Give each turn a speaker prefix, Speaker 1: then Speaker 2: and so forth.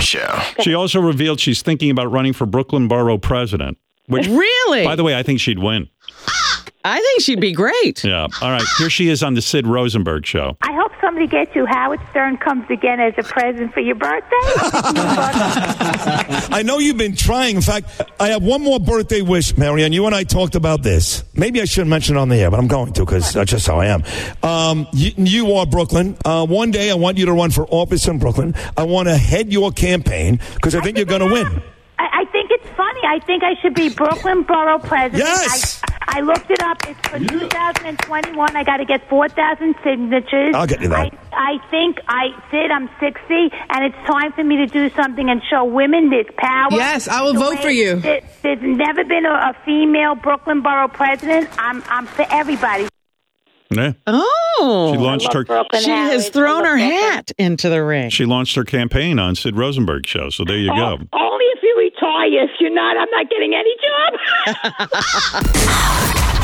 Speaker 1: show.
Speaker 2: She also revealed she's thinking about running for Brooklyn Borough president, which,
Speaker 3: Really?
Speaker 2: by the way, I think she'd win.
Speaker 3: I think she'd be great.
Speaker 2: Yeah. All right. Here she is on the Sid Rosenberg show.
Speaker 4: I hope somebody gets you Howard Stern comes again as a present for your birthday.
Speaker 5: I know you've been trying. In fact, I have one more birthday wish, Marianne. You and I talked about this. Maybe I shouldn't mention it on the air, but I'm going to because that's just how I am. Um, you, you are Brooklyn. Uh, one day I want you to run for office in Brooklyn. I want to head your campaign because I think you're going to win.
Speaker 4: I, I think it's funny. I think I should be Brooklyn Borough President.
Speaker 5: Yes!
Speaker 4: I, I looked it up. It's for 2021. I got to get 4,000 signatures.
Speaker 5: I'll get you that.
Speaker 4: I, I think I Sid. I'm 60, and it's time for me to do something and show women this power.
Speaker 3: Yes, I will
Speaker 4: The
Speaker 3: vote
Speaker 4: way
Speaker 3: for you.
Speaker 4: that- there's never been a, a female Brooklyn Borough President. I'm, I'm for everybody.
Speaker 2: Yeah.
Speaker 3: Oh.
Speaker 2: She launched her
Speaker 4: Brooklyn
Speaker 3: She has
Speaker 4: Harris.
Speaker 3: thrown her hat into the ring.
Speaker 2: she launched her campaign on Sid Rosenberg show. So there you go.
Speaker 6: Only if you retire. If you're not, I'm not getting any job.